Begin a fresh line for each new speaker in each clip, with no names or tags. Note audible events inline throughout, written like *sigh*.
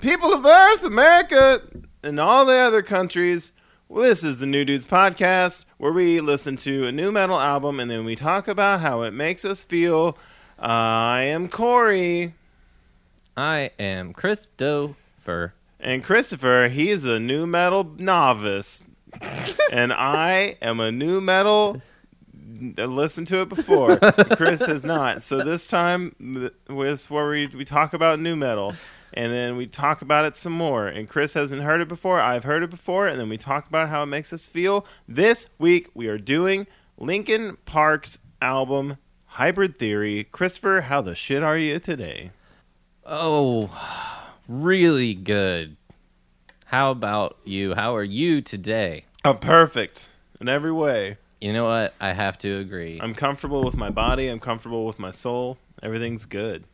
people of Earth, America, and all the other countries. Well, this is the New Dudes Podcast, where we listen to a new metal album and then we talk about how it makes us feel. I am Corey.
I am Christopher.
And Christopher, he is a new metal novice. and I am a new metal. I listened to it before. Chris has not. So this time th- was where we, we talk about new metal. And then we talk about it some more. And Chris hasn't heard it before. I've heard it before. And then we talk about how it makes us feel. This week we are doing Linkin Park's album Hybrid Theory. Christopher, how the shit are you today?
Oh, really good. How about you? How are you today?
I'm perfect in every way.
You know what? I have to agree.
I'm comfortable with my body. I'm comfortable with my soul. Everything's good.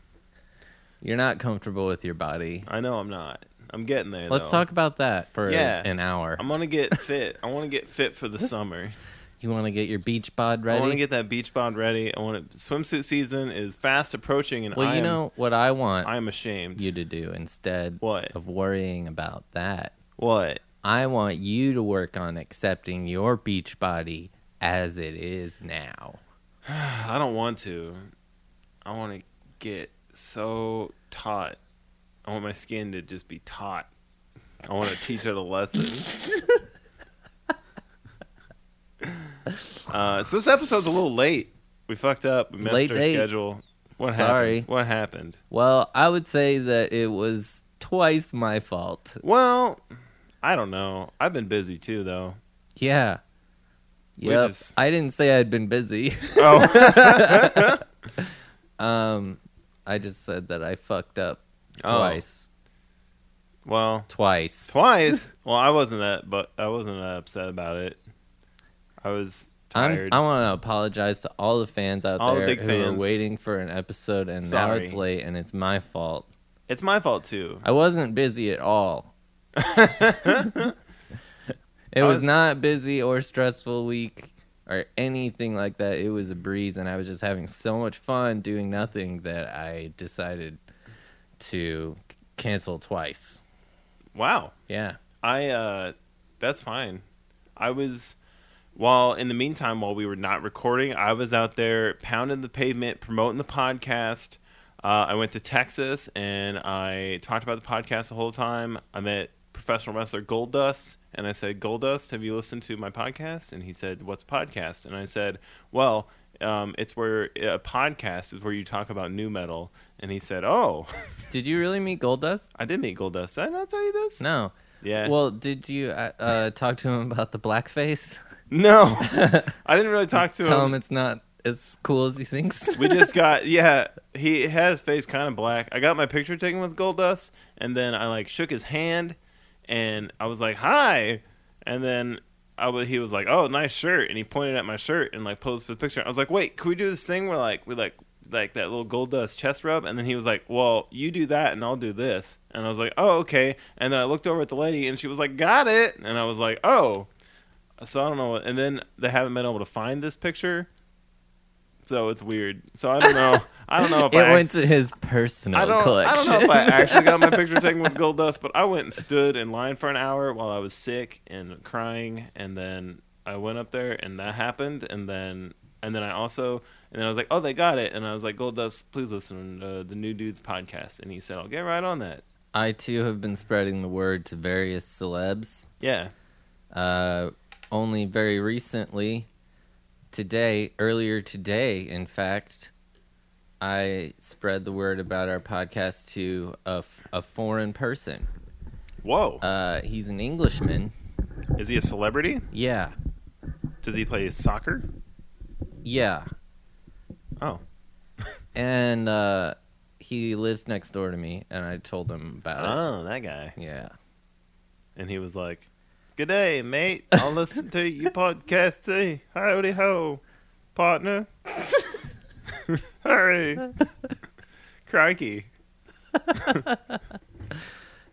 You're not comfortable with your body.
I know I'm not. I'm getting there.
Let's
though.
talk about that for
Yeah.
an hour.
I'm gonna get fit. I want to get fit
*laughs*
for the summer.
You want to get your beach bod
I want
ready?
to get that beach bod ready. I want to. Swimsuit season is fast approaching, and
well,
I
you
am,
know what I want
I'm ashamed.
you to do instead
What?
of worrying about that.
What?
I want you to work on accepting your beach body as it is now.
I don't want to. I want to get so taut. I want my skin to just be taut. I want to teach it a
*laughs*
lesson. uh, so this episode's a little late. We fucked up. We messed
Late
our
date.
schedule. What
Sorry.
happened? What happened?
Well, I would say that it was twice my fault.
Well, I don't know. I've been busy too,
*laughs*
though.
Yeah.
We
Yep.
just-
I didn't say I'd been busy.
Oh,
Um, *laughs* I just said that I fucked up
Oh.
twice.
well,
Twice.
twice. Well, I wasn't that, but I wasn't that upset about it. I was
I'm,
tired.
I want to apologize to all the fans out
All the
there
big
who
fans.
are waiting for an episode, and now
Sorry.
it's late, and it's my fault.
it's my fault too.
I wasn't busy
*laughs*
at all. it
I
was
was-
not busy or stressful week or anything like that. It was a breeze, and I was just having so much fun doing nothing that I decided to c- cancel twice.
Wow.
Yeah.
I uh that's fine. I was while in the meantime while we were not recording, I was out there pounding the pavement, promoting the podcast. Uh, I went to Texas and I talked about the podcast the whole time. I met professional wrestler Goldust and I said, "Goldust, have you listened to my podcast?" And he said, "What's a podcast?" And I said, "Well, um, it's where a podcast is where you talk about new metal." And he said, "Oh, *laughs*
Did you really meet Goldust?
I did meet Goldust. Did I not tell you this?"
No.
Yeah.
Well, did you uh, uh, talk to him about the blackface?
No, I didn't really talk to
Tell
him.
him it's not as cool as he thinks.
We just got yeah. He had his face kind of black. I got my picture taken with Goldust, and then I like shook his hand, and I was like hi, and then I wa he was like oh nice shirt, and he pointed at my shirt and like posed for the picture. I was like wait, can we do this thing where like we like like that little Goldust chest rub, and then he was like well you do that and I'll do this, and I was like oh okay, and then I looked over at the lady and she was like got it, and I was like oh. So I don't know, what, and then they haven't been able to find this picture, so it's weird. So I don't know. I don't know if
*laughs* it
I
went to his personal
I don't, I
collection.
don't know if I actually got my picture taken with gold dust, but I went and stood in line for an hour while I was sick and crying, and then I went up there, and that happened, and then and then I also and then I was like, oh, they got it, and I was like, gold dust, please listen to uh, the new dudes podcast, and he said, I'll get right on that.
I too have been spreading the word to various celebs.
Yeah,
Uh, only very recently, today, earlier today, in fact, I spread the word about our podcast to a, f- a foreign person.
whoa,
Uh, he's an Englishman.
is he a celebrity?
Yeah,
Does he play soccer?
yeah.
Oh,
And uh, he lives next door to me, and I told him about
oh, that guy,
it. Yeah.
and he was like. Good day, mate. I'll listen to your podcast too. Howdy ho, partner. Hurry. Crikey.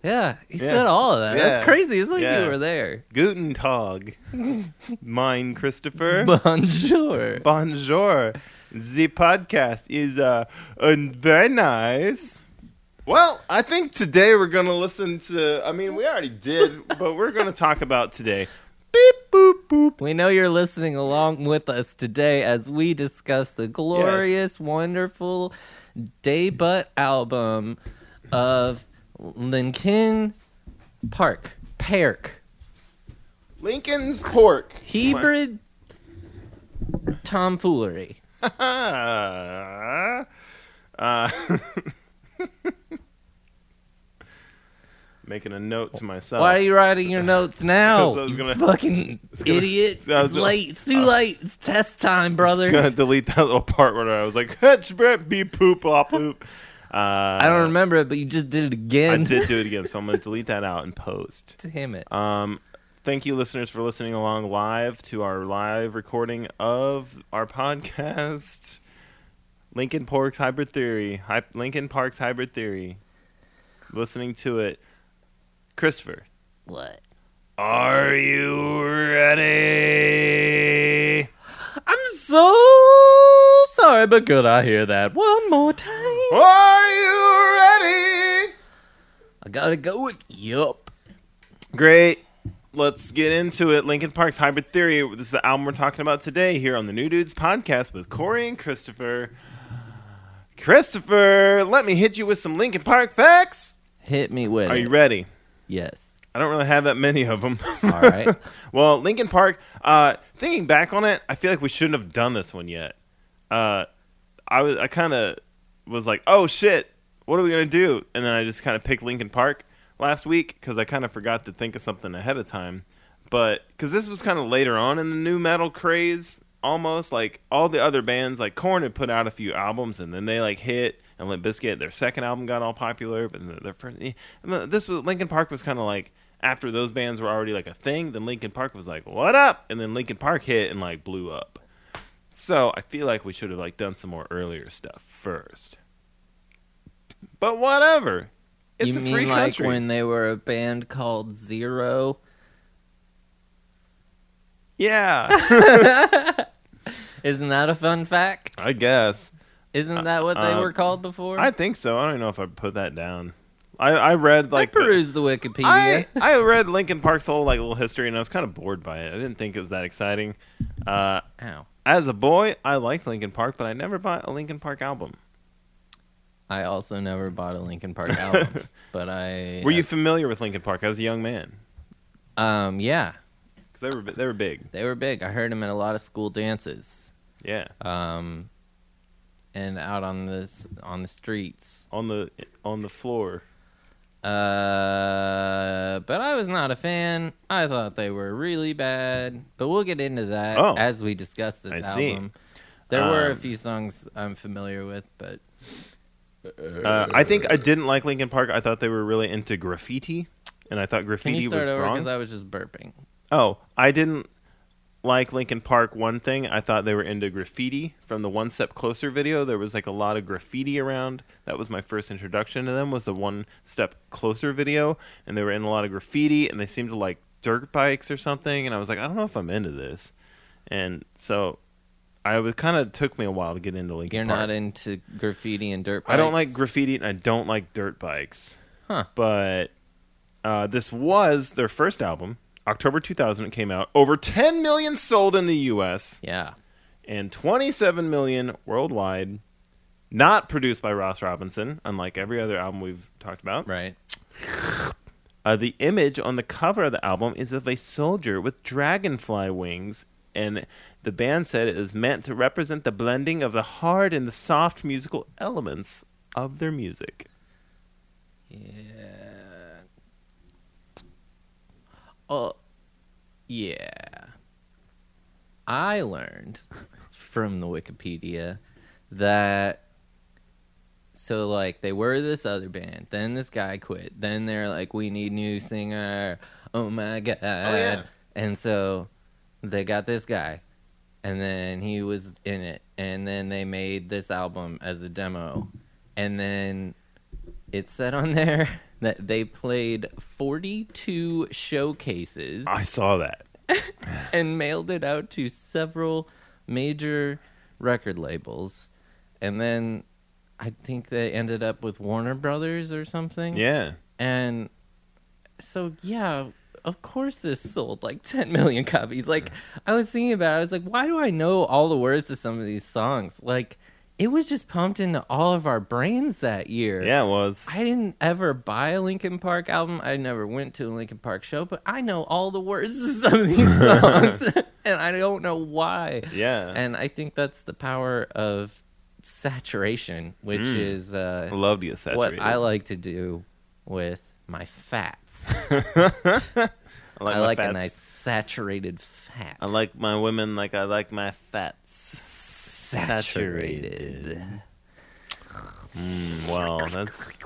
Yeah, he
Yeah.
said all of that.
Yeah.
That's crazy. It's like
Yeah.
you were there.
Guten Tag. Mine, Christopher.
*laughs* Bonjour.
Bonjour. The podcast is uh, uh, very nice. Well, I think today we're going to listen to. I mean, we already did, but we're going to talk about today. Beep, boop, boop.
We know you're listening along with us today as we discuss the glorious, wonderful debut album of Lincoln Park. Park.
Lincoln's Pork.
Hebrid tomfoolery.
uh, *laughs* making a note to myself.
Why are you writing your notes
Oh. *laughs* 'Cause
now?
I was
you
gonna- *laughs*
fucking
gonna-
idiot. It's
I was gonna- uh,
late. It's too late. It's test time, brother.
gonna delete that little part where I was like, "Hutch, Brett, be poop, ah, poop." Uh,
I don't remember it, but you just did it
I
again.
did do it again, so I'm gonna delete that out and post.
*laughs* Damn it.
Um, thank you, listeners, for listening along live to our live recording of our *laughs* podcast, Lincoln Park's Hybrid Theory. Hy- Lincoln Park's Hybrid Theory. Listening to it, Christopher.
What?
Are you ready?
I'm so sorry, but could I hear that one more time?
Are you ready?
I gotta go with yup.
Great. Let's get into it. Lincoln Park's Hybrid Theory. This is the album we're talking about today here on the New Dudes podcast with Corey and Christopher. Christopher, let me hit you with some Lincoln Park facts.
Hit me with
Are
it.
you ready?
yes.
I don't really have that many of them.
All right.
*laughs* well, Lincoln Park. Uh, thinking back on it, I feel like we shouldn't have done this one yet. Uh, I was, I kind of was like, oh shit, what are we gonna do? And then I just kind of picked Lincoln Park last week because I kind of forgot to think of something ahead of time. But because this was kind of later on in the new metal craze, almost like all the other bands, like Korn had put out a few albums and then they like hit. And Limp Bizkit, their second album got all popular, but then their first, eh, this was Lincoln Park was kind of like after those bands were already like a thing. Then Lincoln Park was like, "What up?" And then Lincoln Park hit and like blew up. So I feel like we should have like done some more earlier stuff first. But whatever. It's
you
a
mean
free
like
country.
when they were a band called Zero?
yeah. *laughs*
Isn't that a fun fact?
I guess.
Isn't that what they
uh,
were called before?
I think so. I don't even know if I put that down. I, I read like
I
the-
perused the Wikipedia.
I, I read Lincoln Park's whole like little history and I was kind of bored by it. I didn't think it was that exciting. Uh,
Ow.
as a boy, I liked Lincoln Park, but I never bought a Lincoln Park album.
I also never bought a Linkin Park
*laughs*
album, but I
Were you familiar with Lincoln Park as a young man?
um yeah,
Because they were bi- they were big.
they were big. I heard them at a lot of school dances,
Yeah,
um, and out on the s- on the streets.
on the on the floor.
Uh, but I was not a fan. I thought they were really bad. But we'll get into that
Oh.
as we discuss this
I see.
album. There were a
Um,
few songs I'm familiar with, but
Uh, I think I didn't like Lincoln Park. I thought they were really into graffiti, and I thought
can
graffiti
you start
was
over? Because
wrong.
I was just burping.
Oh, I didn't like Lincoln Park. One thing I thought they were into graffiti from the One Step Closer video. There was like a lot of graffiti around. That was my first introduction to them. Was the One Step Closer video, and they were in a lot of graffiti, and they seemed to like dirt bikes or something. And I was like, I don't know if I'm into this, and so. I was kind of took me a while to get into Lincoln
You're
Park.
not into graffiti and dirt.
I don't like
bikes?
graffiti and I don't like dirt bikes.
Huh.
But uh, this was their first album. October 2000 it came out. Over 10 million sold in the US
yeah.
and 27 million worldwide. Not produced by Ross Robinson, unlike every other album we've talked about.
Right.
Uh, the image on the cover of the album is of a soldier with dragonfly wings, and the band said it is meant to represent the blending of the hard and the soft musical elements of their music.
Oh, yeah. I learned from the Wikipedia that so like they were this other band, then this guy quit, then they're like, we need new singer. Oh my god!
yeah.
And so they got this guy, and then he was in it, and then they made this album as a demo, and then it said on *laughs* there that they played 42 showcases
I saw that.
*laughs* and mailed it out to several major record labels. And then I think they ended up with Warner Brothers or something.
Yeah.
And so yeah, of course this sold like *laughs* 10 million copies. Like I was thinking about, it, I was like, why do I know all the words to some of these songs? Like it was just pumped into all of our brains that year.
Yeah, it was.
I didn't ever buy a Linkin Park album. I never went to a Linkin Park show, but I know all the words to *laughs* some of
*laughs*
these songs, *laughs* and I don't know why.
Yeah.
And I think that's the power of saturation, which
Mm.
is uh,
love to get
what
saturated.
I like to do with my fats.
I *laughs* like,
I
my
like a
fats.
nice saturated fat.
I like my women like I like my fats.
saturated.
Mm, well, that's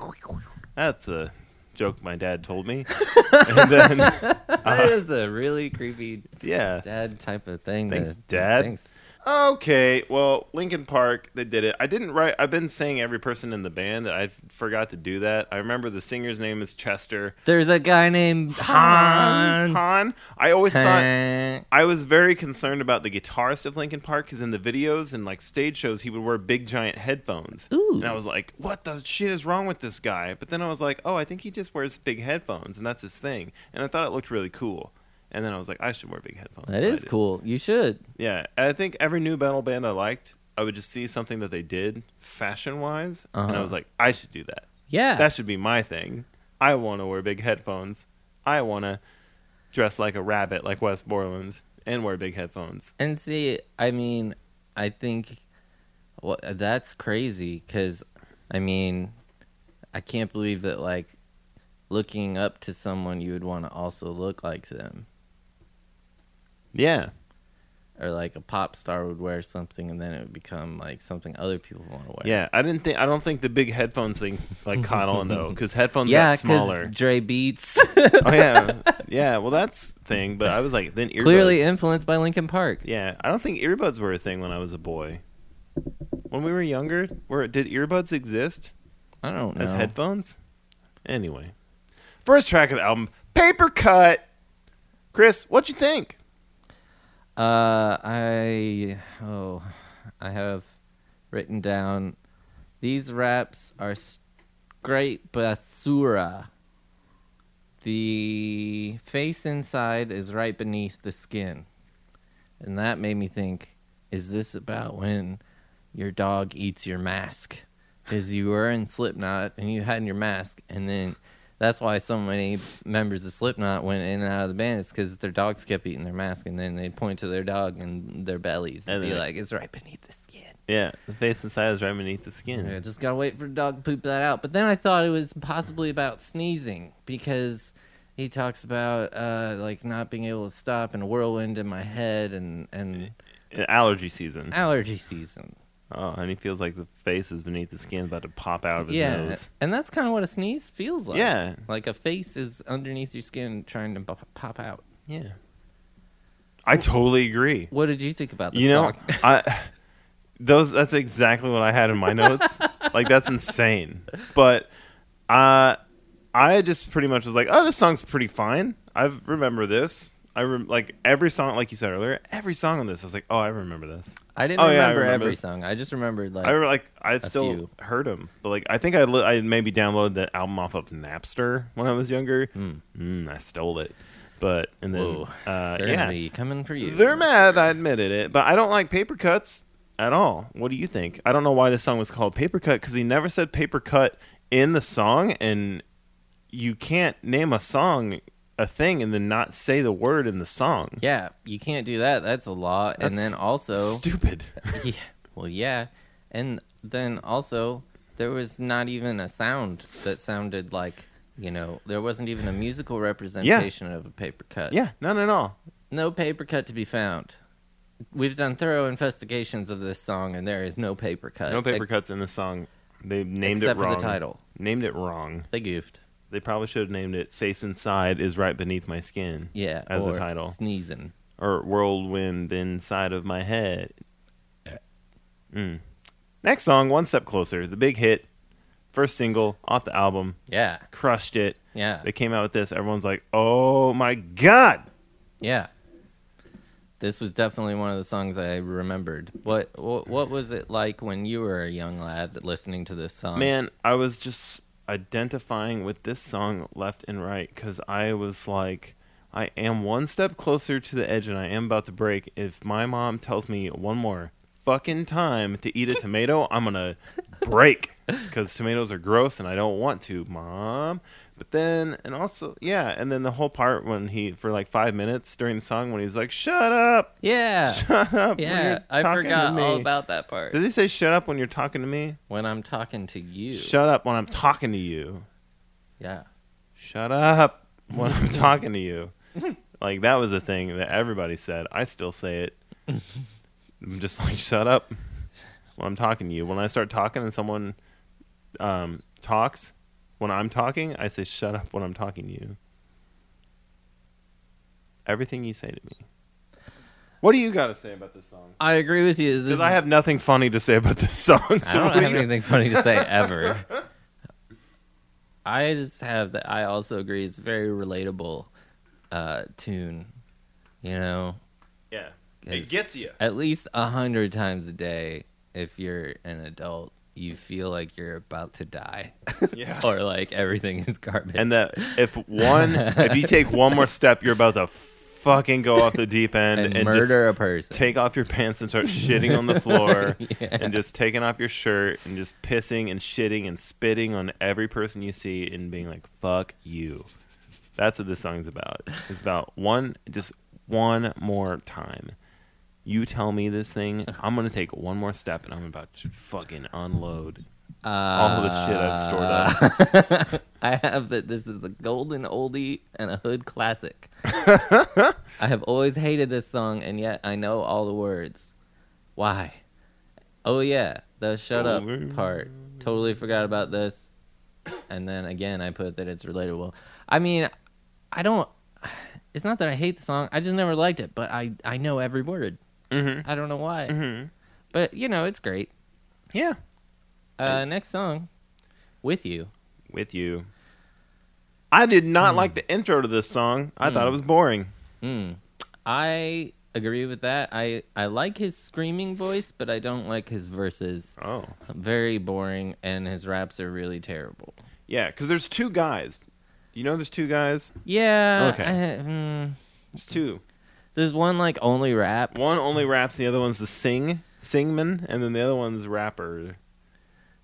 that's a joke my dad told me.
*laughs*
and then
*laughs* That is a really creepy
yeah.
dad type of thing.
Thanks,
to-
Dad.
Thanks.
Okay, well, Lincoln Park, they did it. I didn't write. I've been saying every person in the band. I forgot to do that. I remember the singer's name is Chester.
There's a guy named Han.
Han. I always thought
Han.
I was very concerned about the guitarist of Linkin Park because in the videos and like stage shows, he would wear big giant headphones.
Ooh.
And I was like, what the shit is wrong with this guy? But then I was like, oh, I think he just wears big headphones and that's his thing. And I thought it looked really cool. And then I was like, I should wear big headphones.
That
And I
is
did.
cool. You should.
Yeah. And I think every new metal band I liked, I would just see something that they did fashion wise. And I
Uh-huh.
was like, I should do that.
Yeah.
That should be my thing. I want to wear big headphones. I want to dress like a rabbit, like Wes Borland, and wear big headphones.
and see, I mean, I think well, that's crazy because, I mean, I can't believe that, like, looking up to someone, you would want to also look like them.
Yeah,
Or, like, a pop star would wear something and then it would become, like, something other people want to wear.
yeah. I didn't think. I don't think the big headphones thing like caught on though, because headphones
Yeah,
got smaller.
*laughs* because
*laughs*
Dre Beats
oh yeah, yeah. Well, that's the thing. But I was like, then earbuds.
*laughs* clearly influenced by Linkin Park.
yeah. I don't think earbuds were a thing when I was a boy. When we were younger, where did earbuds exist
I don't know.
as headphones? Anyway, first track of the album, Paper Cut. Chris, what you think?
Uh, I oh, I have written down these raps are straight basura. The face inside is right beneath the skin, and that made me think: Is this about when your dog eats your mask? Because you were in Slipknot and you had your mask, and then that's why so many members of Slipknot went in and out of the band is because their dogs kept eating their mask, and then they point to their dog and their bellies and,
And
be
then-
like, "It's right beneath the skin."
Yeah, the face inside is right beneath the skin.
Yeah, just gotta wait for the dog to poop that out. But then I thought it was possibly about sneezing because he talks about uh, like not being able to stop and a whirlwind in my head and and
Allergy season.
allergy season.
Oh, and he feels like the face is beneath the skin, about to pop out of his
Yeah,
nose.
and that's kind of what a sneeze feels like.
Yeah,
like a face is underneath your skin trying to pop pop out.
yeah. I totally agree.
What did you think about this
You know,
song?
*laughs* I those that's exactly what I had in my
*laughs*
notes. like that's insane. But uh, I just pretty much was like, oh, this song's pretty fine. I remember this. I rem- like every song, like you said earlier, every song on this. I was like, oh, I remember this.
I didn't
oh, yeah, I
remember,
remember
every
this.
song. I just remembered like
I remember, like, I still
few.
heard him, but like, I think I li- I maybe downloaded that album off of Napster when I was younger. Mm. I stole it, but and then
Hmm. Whoa.
uh,
they're
yeah,
gonna be coming for you.
they're mad. I admitted it, but I don't like paper cuts at all. What do you think? I don't know why this song was called paper cut because he never said paper cut in the song, and you can't name a song a thing and then not say the word in the song.
Yeah, you can't do that. That's a law. and
That's
then also *laughs*
Stupid.
yeah. Well, yeah. And then also, there was not even a sound that sounded like, you know, there wasn't even a musical representation of a paper cut.
yeah, none at all.
No paper cut to be found. We've done thorough investigations of this song, and there is no paper cut.
No paper
e-
cuts in the song. They named
except
it wrong.
for the title.
Named it wrong.
They goofed.
They probably should have named it "Face Inside Is Right Beneath My Skin"
Yeah.
As the
or
title.
Sneezing.
or "Whirlwind Inside of My Head." Mm. Next song, "One Step Closer," the big hit, first single off the album,
Yeah.
crushed it.
Yeah.
They came out with this. Everyone's like, "Oh my god!"
Yeah. This was definitely one of the songs I remembered. What what, what was it like when you were a young lad listening to this song?
Man, I was just identifying with this song left and right because I was like, I am one step closer to the edge and I am about to break. If my mom tells me one more fucking time to eat a tomato, I'm gonna break because tomatoes are gross and I don't want to, mom. But then, and also, yeah, and then the whole part when he, for like five minutes during the song, when he's like, shut up,
yeah,
*laughs* shut up. when
yeah.
you're
I
talking to
forgot all
me."
about that part.
Does he say shut up when you're talking to me?
When I'm talking to you,
Shut up when I'm talking to you.
yeah,
shut up *laughs* when
*laughs*
I'm talking to you. Like that was a thing that everybody said. I still say it. I'm just like shut up when I'm talking to you. When I start talking and someone um, talks, when I'm talking, I say shut up when I'm talking to you. Everything you say to me. What do you got to say about this song?
I agree with you. This
Because I
is-
have nothing funny to say about this song. *laughs* So
I don't
what do
have
you-
anything funny to say ever.
*laughs*
I just have that. I also agree. It's a very relatable uh, tune. You know,
Yeah, it
It's-
gets
*laughs*
you.
at least a hundred times a day, if you're an adult, you feel like you're about to die, *laughs*
Yeah.
or like everything is garbage.
and that if one if you take one
*laughs*
more step you're about to fucking go off the deep end
And
and,
murder a person.
just take off your pants and start shitting on the floor
*laughs* Yeah.
and just taking off your shirt and just pissing and shitting and spitting on every person you see and being like fuck you that's what this song's about it's about one just one more time you tell me this thing i'm gonna take one more step and i'm about to fucking unload
uh,
all the shit I've stored
*laughs* up. I have that this is a golden oldie and a
*laughs*
hood classic. I have always hated this song, and yet I know all the words. Why? Oh, yeah, the shut up
Over.
part. Totally forgot about this. And then again, I put that it's relatable. I mean, I don't. It's not that I hate the song. I just never liked it, but I, I know every word.
mm-hmm
I don't know why.
mm-hmm
But, you know, it's great.
yeah
Uh, next song, With You.
with you. I did not like the intro to this song. I thought it was boring.
Mm. I agree with that. I, I like his screaming voice, but I don't like his verses.
Oh.
Very boring, and his raps are really terrible.
Yeah, because there's two guys. You know there's two guys?
Yeah.
Okay.
I- mm,
There's two.
there's one like only rap.
One only raps, the other one's the sing, singman, and then the other one's rapper.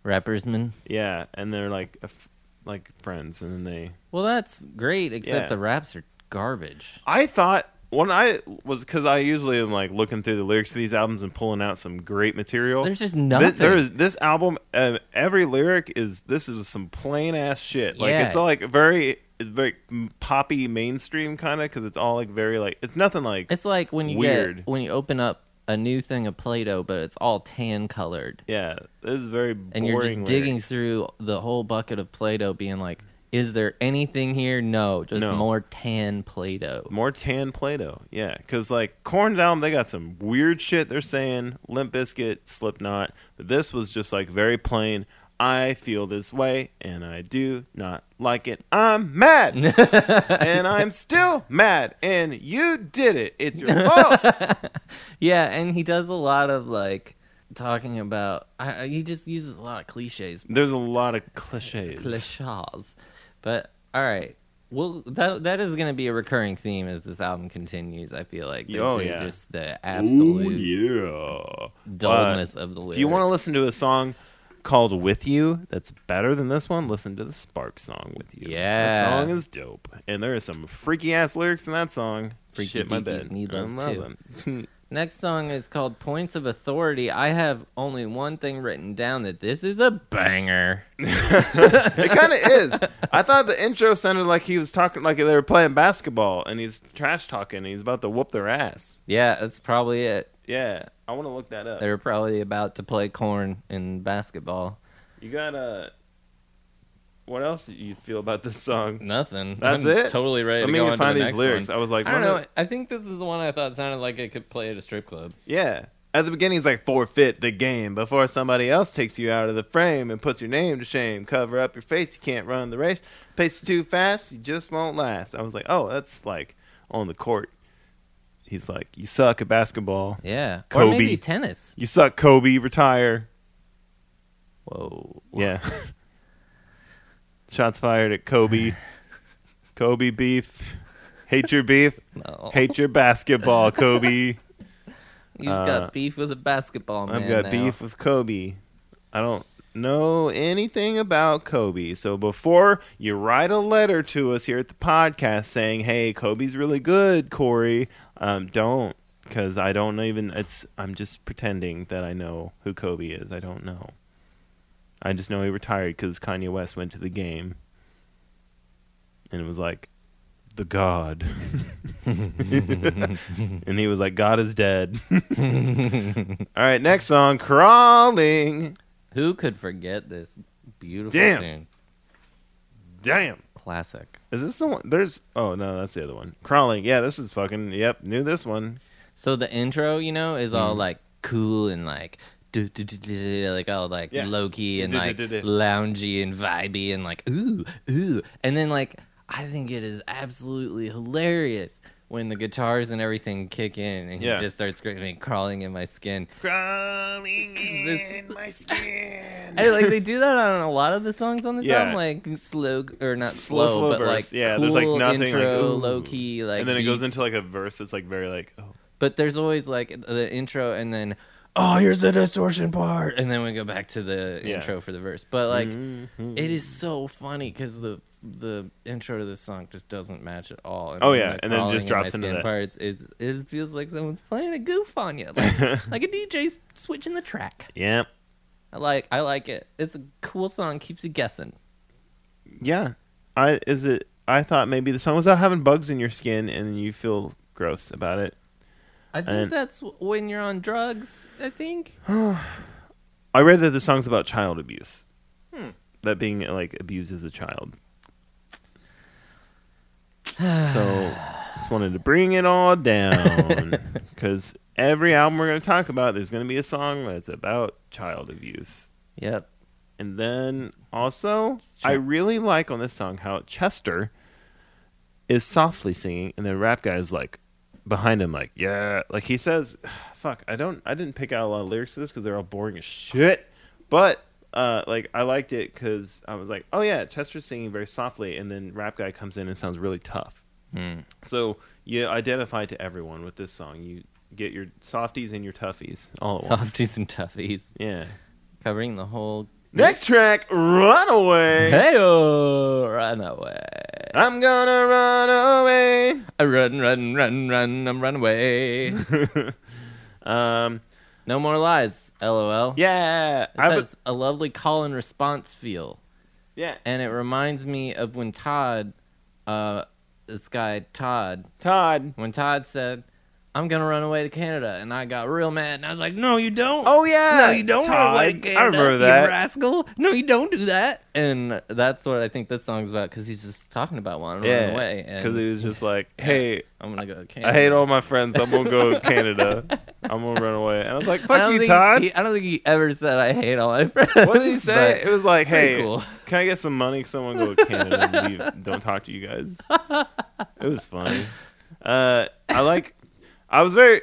Rappersman.
Yeah, and they're like a f- like friends, and then they.
Well, that's great, except
Yeah.
the raps are garbage.
I thought when I was because I usually am like looking through the lyrics to these albums and pulling out some great material.
There's just
Thi-
nothing.
there is this album. Uh, every lyric is this is some plain ass shit. Like
Yeah.
it's all like very it's very m- poppy mainstream kind of because it's all like very like it's nothing like
It's like when you
Weird.
get when you open up a new thing of Play-Doh, but it's all tan colored,
yeah. This is very
and
boring.
you're just digging
lyrics.
through the whole bucket of Play-Doh, being like, "Is there anything here? No, just
No.
more tan Play-Doh."
more tan Play-Doh. Yeah, because like Corn Down, they got some weird shit they're saying. Limp Biscuit, Slipknot, but this was just like very plain. I feel this way, and I do not like it. I'm mad, and I'm still mad. And you did it. It's your fault.
Yeah, and he does a lot of like talking about. I, I- he just uses a lot of cliches,
There's a lot of cliches.
cliches. But all right, well, that that is going to be a recurring theme as this album continues. I feel like
Oh,
They're
yeah.
just the absolute
yeah.
dullness of the lyrics.
If you want to listen to a song called "With You" that's better than this one, listen to the Spark song "With You."
Yeah.
that song is dope, and there are some freaky ass lyrics in that song.
Freaky
Shit, my
deakies
bed.
need
I
love,
love
too.
them. *laughs*
Next song is called "Points of Authority." I have only one thing written down that this is a banger.
It kind of is. I thought the intro sounded like he was talking like they were playing basketball, and he's trash talking. And he's about to whoop their ass.
Yeah, that's probably it.
Yeah, I want to look that up.
They're probably about to play corn in basketball.
You got Uh, what else do you feel about this song?
Nothing.
That's
I'm
it?
Totally ready
Let
to
me
go
even
on
find
to the
these
next
lyrics.
one.
I was like,
I don't
what
know.
are-
I think this is the one I thought sounded like it could play at a strip club.
Yeah. At the beginning, he's like, forfeit the game before somebody else takes you out of the frame and puts your name to shame. Cover up your face, you can't run the race. Pace too fast, you just won't last. I was like, oh, that's like on the court. He's like, "You suck at basketball.
Yeah. Or
Kobe.
maybe tennis.
You suck, Kobe. Retire."
Whoa.
Yeah. *laughs* Shots fired at Kobe. Kobe beef. Hate your beef.
No.
Hate your basketball, Kobe.
You've
uh,
got beef with a basketball man.
I've got
now.
beef with Kobe. I don't know anything about Kobe. So before you write a letter to us here at the podcast saying, "Hey, Kobe's really good, Corey," um, don't because I don't even. It's I'm just pretending that I know who Kobe is. I don't know. I just know he retired because Kanye West went to the game, and it was like, the
*laughs*
God, *laughs* and he was like, God is dead. All right, next song, Crawling.
Who could forget this beautiful
Damn.
tune?
Damn.
Classic.
Is this the one? There's. Oh, no, that's the other one. Crawling. Yeah, this is fucking. Yep, knew this one.
So the intro, you know, is
Mm-hmm.
all like cool and like du- du- du- du- du- like all like
Yeah.
low key and
Du- du-
like
du- du.
loungy and vibey and like ooh ooh, and then like I think it is absolutely hilarious when the guitars and everything kick in and
Yeah.
he just starts screaming, crawling in
*laughs*
my skin.
Crawling
*laughs* This-
my skin.
And like they do that on a lot of the songs on this
Yeah.
album, like slow or not
Slow,
slow,
slow
but
verse.
like
Yeah,
cool
there's, like, nothing, like,
intro,
ooh.
low key, like
and then it goes
beats.
into like a verse that's like very like. Oh.
But there's always like the intro and then oh here's the distortion part and then we go back to the
Yeah.
intro for the verse. But like
Mhm.
it is so funny because the the intro to this song just doesn't match at all. And
Oh,
then
yeah,
the
and then it
crawling
just
in my
drops into
skin
that.
parts. It, it feels like someone's playing a goof on you,
*laughs*
like, like a DJ's switching the track.
Yep.
I like I like it. It's a cool song. Keeps you guessing.
Yeah. I is it. I thought maybe the song was about having bugs in your skin and you feel gross about it.
I think
And-
that's w- when you're on drugs. I think.
I read that the song's about child abuse.
Hmm.
That being like abused as a child. So just wanted to bring it all down because every album we're going to talk about, there's going to be a song that's about child abuse.
yep.
And then also,
Sure.
I really like on this song how Chester is softly singing, and the rap guy is like behind him, like yeah, like he says, *sighs* "Fuck, I don't, I didn't pick out a lot of lyrics to this because they're all boring as shit." But uh, like I liked it because I was like, "Oh yeah, Chester's singing very softly," and then rap guy comes in and sounds really tough. So you identify to everyone with this song. You get your softies and your toughies all at once.
Softies and toughies.
Yeah.
covering the whole.
Next track, Runaway.
Hey, run away!
I'm gonna run away.
I run, run, run, run! I'm run away.
*laughs* Um,
*laughs* no more lies. LOL.
yeah,
it
I
has
was,
a lovely call and response feel,
yeah.
and it reminds me of when Todd, uh, this guy Todd,
Todd.
when Todd said, "I'm gonna run away to Canada," and I got real mad, and I was like, "No, you don't."
Oh yeah,
No, you don't run away to
Todd.
Canada,
I remember
you
that.
rascal. No, you don't do that. And that's what I think this song's about because he's just talking about wanting to
Yeah,
run away. and-
Because he was just like, "Hey,
I'm gonna go to Canada.
I hate all my friends. I'm gonna
*laughs*
go to Canada. I'm gonna run away." And I was like,
I don't
"Fuck you,
think
Todd."
he- I don't think he ever said I hate all my
*laughs*
friends.
what
*laughs*
did he say? It was like,
pretty
"Hey,
cool.
can I get some money? Someone go to Canada and
*laughs*
leave. Don't talk to you guys." It was funny. Uh, I like. I was very.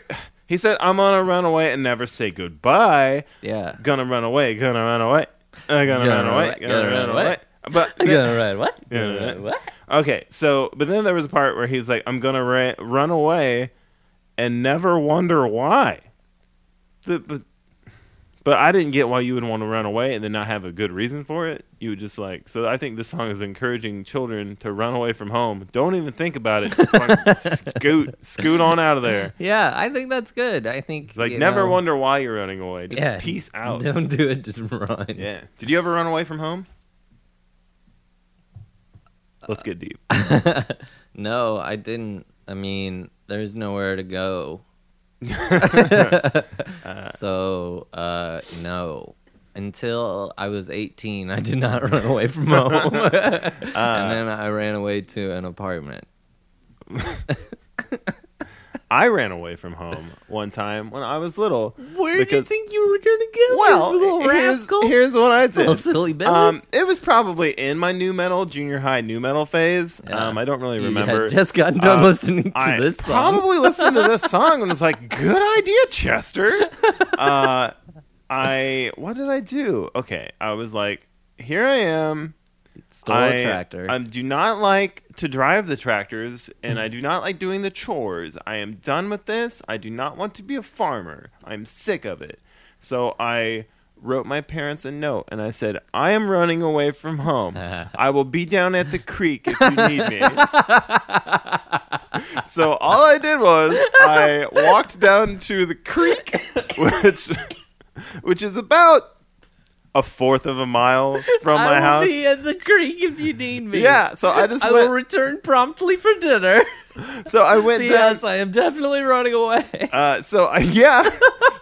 He said, "I'm gonna run away and never say goodbye." *laughs*
but- yeah.
gonna run away, gonna run away, uh, gonna, run away, gonna run away. But
You *laughs* gonna run what? You
Yeah,
gonna
right.
run what?
okay, so but then there was a part where he was like, "I'm gonna ra- run away, and never wonder why." The, but but I didn't get why you would want to run away and then not have a good reason for it. You would just like so. I think this song is encouraging children to run away from home. Don't even think about it. Fucking scoot, scoot on out of there.
Yeah, I think that's good. I think
It's Like
you
never
know,
wonder why you're running away. Just
Yeah. *laughs*
peace out.
Don't do it. Just run.
Yeah. Did you ever run away from home? Let's get deep.
No, I didn't. I mean, there's nowhere
*laughs*
to go. so, uh, no. Until I was 18, I did not run away
*laughs*
from home.
Uh.
and then I ran away to an apartment.
*laughs* I ran away from home one time when I was little.
Where
did you Because-
think you were gonna go?
Well, here's, here's what I
*laughs* little
did.
silly Billy.
Um, it was probably in my new metal, junior high new metal phase.
Yeah.
Um, I don't really
You
remember.
had just gotten done
Um,
listening to
I
this song.
probably listened to this song and was like, "Good idea,
*laughs*
Chester." Uh, I what did I do? Okay, I was like, "Here I am."
Stole
I
a tractor.
I do not like to drive the tractors, and I do *laughs* not like doing the chores. I am done with this. I do not want to be a farmer. I'm sick of it. So I wrote my parents a note, and I said, "I am running away from
*laughs*
home. I will be down at the creek if you need me." so all I did was I walked down to the creek, *laughs* which, which is about a fourth of a mile from my
I
house.
will be at the creek if you need me.
Yeah, so I just
I will
went.
return promptly for
*laughs*
dinner.
so I went down.
yes, I am definitely running away.
Uh, so I, *laughs* yeah,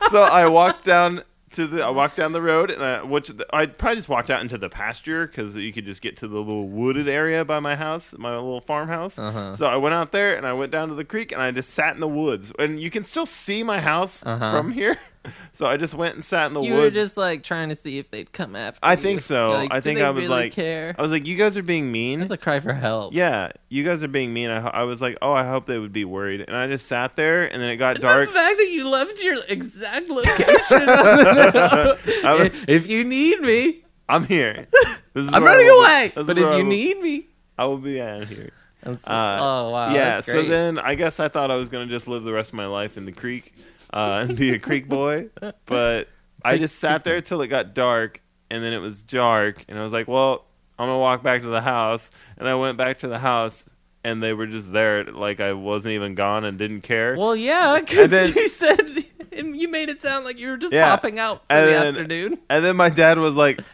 so I walked down to the. I walked down the road, and I, which the, I probably just walked out into the pasture because you could just get to the little wooded area by my house, my little farmhouse.
Uh-huh. *laughs*
So I went out there and I went down to the creek and I just sat in the woods, and you can still see my house
Uh-huh.
from here. *laughs* So I just went and sat in the
You
woods.
were just like trying to see if they'd come after.
I
you.
think so.
Like,
I
do
think
they
I was
really
like-
care.
I was like, you guys are being mean.
It's a cry for help.
yeah, you guys are being mean. I, ho- I was like, oh, I hope they would be worried. And I just sat there, and then it
*laughs*
got dark.
The fact that you left your
*laughs*
exact location. on the note.
I was-
*laughs* if if you need me,
I'm
*laughs*
here. This is
I'm
where I
running
will be.
away.
This is
But
where I
if you
will-
need me,
I will be out here.
I'm so-
Uh,
oh wow,
yeah.
that's
So
great.
then I guess I thought I was gonna just live the rest of my life in the creek uh, and be a creek
*laughs*
boy, but I just sat there till it got dark, and then it was dark, and I was like, well, I'm gonna walk back to the house, and I went back to the house, and they were just there, like I wasn't even gone and didn't care.
well, yeah, because
then-
*laughs* you said you made it sound like you were just
Yeah.
popping out for
And
the
then-
afternoon.
And then my dad was like, "If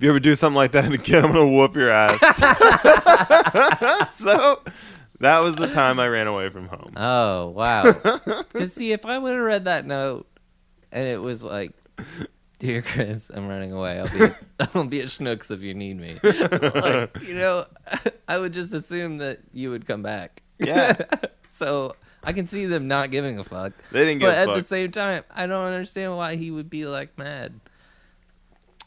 you ever do something like that *laughs* again, I'm gonna whoop your ass." *laughs* so that was the time I ran away from home.
*laughs* Oh *laughs* wow! Because see, if I would have read that note, and it was like, "Dear Chris, I'm running away. I'll be *laughs* I'll be at Schnucks if you need me." *laughs* like, you know, *laughs* I would just assume that you would come back.
Yeah.
*laughs* so I can see them not giving a fuck,
They didn't give
but
a
at
fuck.
the same time, I don't understand why he would be like mad.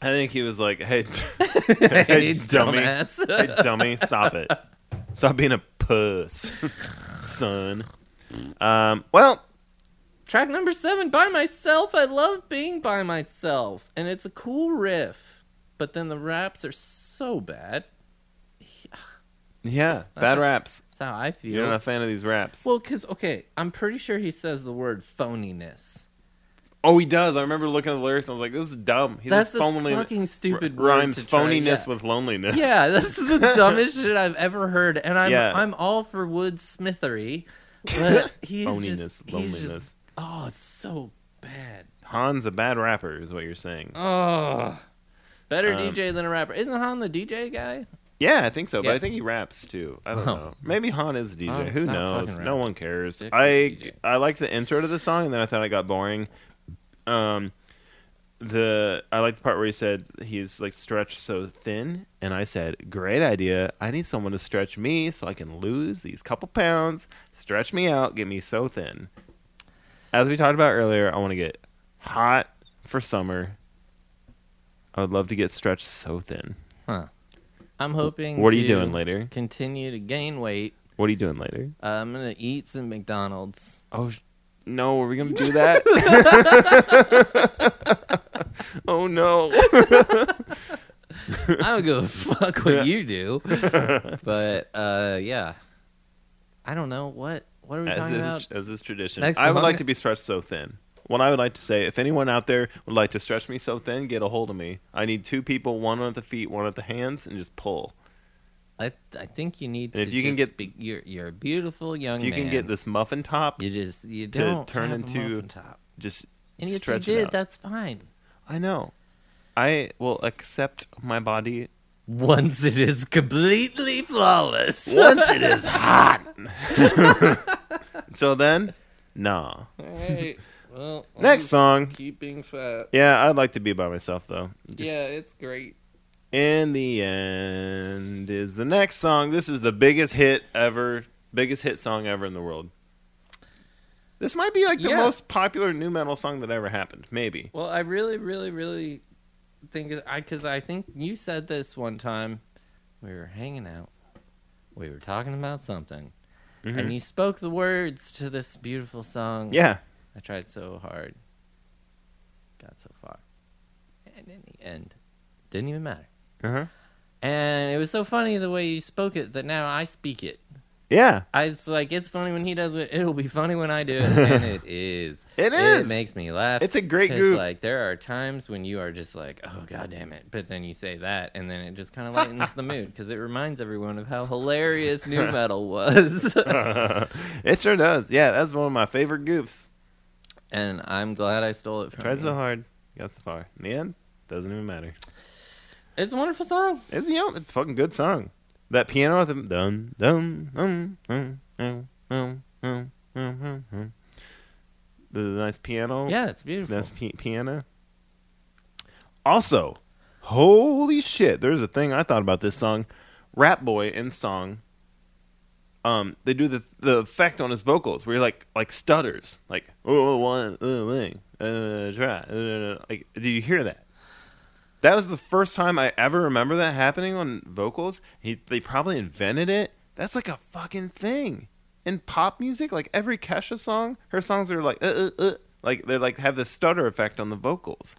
I think he was like, "Hey,
*laughs*
d-
hey,
dummy.
dumbass.
hey dummy, stop it. Stop being a puss, son." Um, well,
*laughs* Track number seven, by myself. I love being by myself, and it's a cool riff, but then the raps are so bad.
yeah, bad
Uh,
raps.
That's how I feel.
You're not a fan of these raps.
Well, because okay, I'm pretty sure he says the word phoniness.
oh, he does. I remember looking at the lyrics. and I was like, "This is dumb." He's
that's
just
a
phonily-
fucking stupid word
rhymes
to try-
phoniness
yeah.
with loneliness. *laughs*
Yeah, this is the dumbest shit I've ever heard, and I'm
Yeah.
I'm all for Wood Smithery,
*laughs*
but he's
phoniness,
just he's
loneliness.
just oh, it's so bad.
Han's a bad rapper, is what you're saying.
Oh, better
Um,
DJ than a rapper. Isn't Han the DJ guy?
Yeah, I think so, but
Yeah.
I think he raps too. I don't
Oh.
know. Maybe Han is a DJ.
Han,
Who
stop
knows?
fucking
No
rapping.
one cares.
Stick with
I
DJ.
I liked the intro to the song, and then I thought it got boring. Um, the I liked the part where he said he's like stretched so thin, and I said, "Great idea. I need someone to stretch me so I can lose these couple pounds. Stretch me out, get me so thin." As we talked about earlier, I want to get hot for summer. I would love to get stretched so thin.
I'm hoping.
What are you
to
doing later?
Continue to gain weight.
What are you doing later?
Uh, I'm gonna eat some McDonald's.
*laughs* Oh sh- no, are we gonna do
*laughs*
that? *laughs* oh no.
I don't give a fuck what
*laughs*
you do. But uh, yeah, I don't know what what are we
As
talking
is,
about?
as is tradition,
Next
I would
song.
like to be stretched so thin. What I would like to say, if anyone out there would like to stretch me so thin, get a hold of me. I need two people, one at the feet, one at the hands, and just pull.
I I think you need
And
to.
if you can get-
just be, you're you're a beautiful young
If you
man.
can get this muffin top,
you just you don't
turn
have
into-
a muffin top.
just
And if you
stretch it
did,
out.
that's fine.
I know. I will accept my
*laughs*
body
Once it is completely flawless.
*laughs* once it
*laughs*
is *laughs* hot. Until then,
*laughs*
nah.
Alright, Well, I'm
Next
just
song.
Keep being fat.
Yeah, I'd like to be by myself though. Just-
it's great.
In the end is the next song. This is the biggest hit ever, biggest hit song ever in the world. This might be like the
Yeah.
most popular new metal song that ever happened. Maybe.
Well, I really, really, really think I because I think you said this one time. We were hanging out. We were talking about something,
Mhm.
and you spoke the words to this beautiful song.
Yeah.
I tried so hard, got so far, and in the end, didn't even matter.
Uh
Uh-huh.
huh.
And it was so funny the way you spoke it that now I speak it.
Yeah.
I, it's like it's funny when he does it. It'll be funny when I do it,
*laughs*
and it is.
It is.
It makes me laugh.
It's a great
'Cause,
goof.
Like there are times when you are just like, oh god damn it, but then you say that, and then it just kind of lightens the mood because it reminds everyone of how
*laughs*
hilarious new metal was.
*laughs* it sure does. Yeah, that's one of my favorite goofs.
and I'm glad I stole it from
Tried
you.
so hard, got so far. In the end, doesn't even matter.
It's a wonderful song.
It's you know, it's a fucking good song. That piano rhythm, dun dun dun dun dun dun dun dun. dun, dun. The nice piano.
Yeah, it's beautiful.
That's pi- piano. Also, holy shit! There's a thing I thought about this song, Rap Boy and song. Um, they do the the effect on his vocals where he like like stutters like oh one oh, wing uh, try uh, like do you hear that? That was the first time I ever remember that happening on vocals. He they probably invented it. That's like a fucking thing in pop music. Like every Kesha song, her songs are like uh, uh, uh, like they like have this stutter effect on the vocals.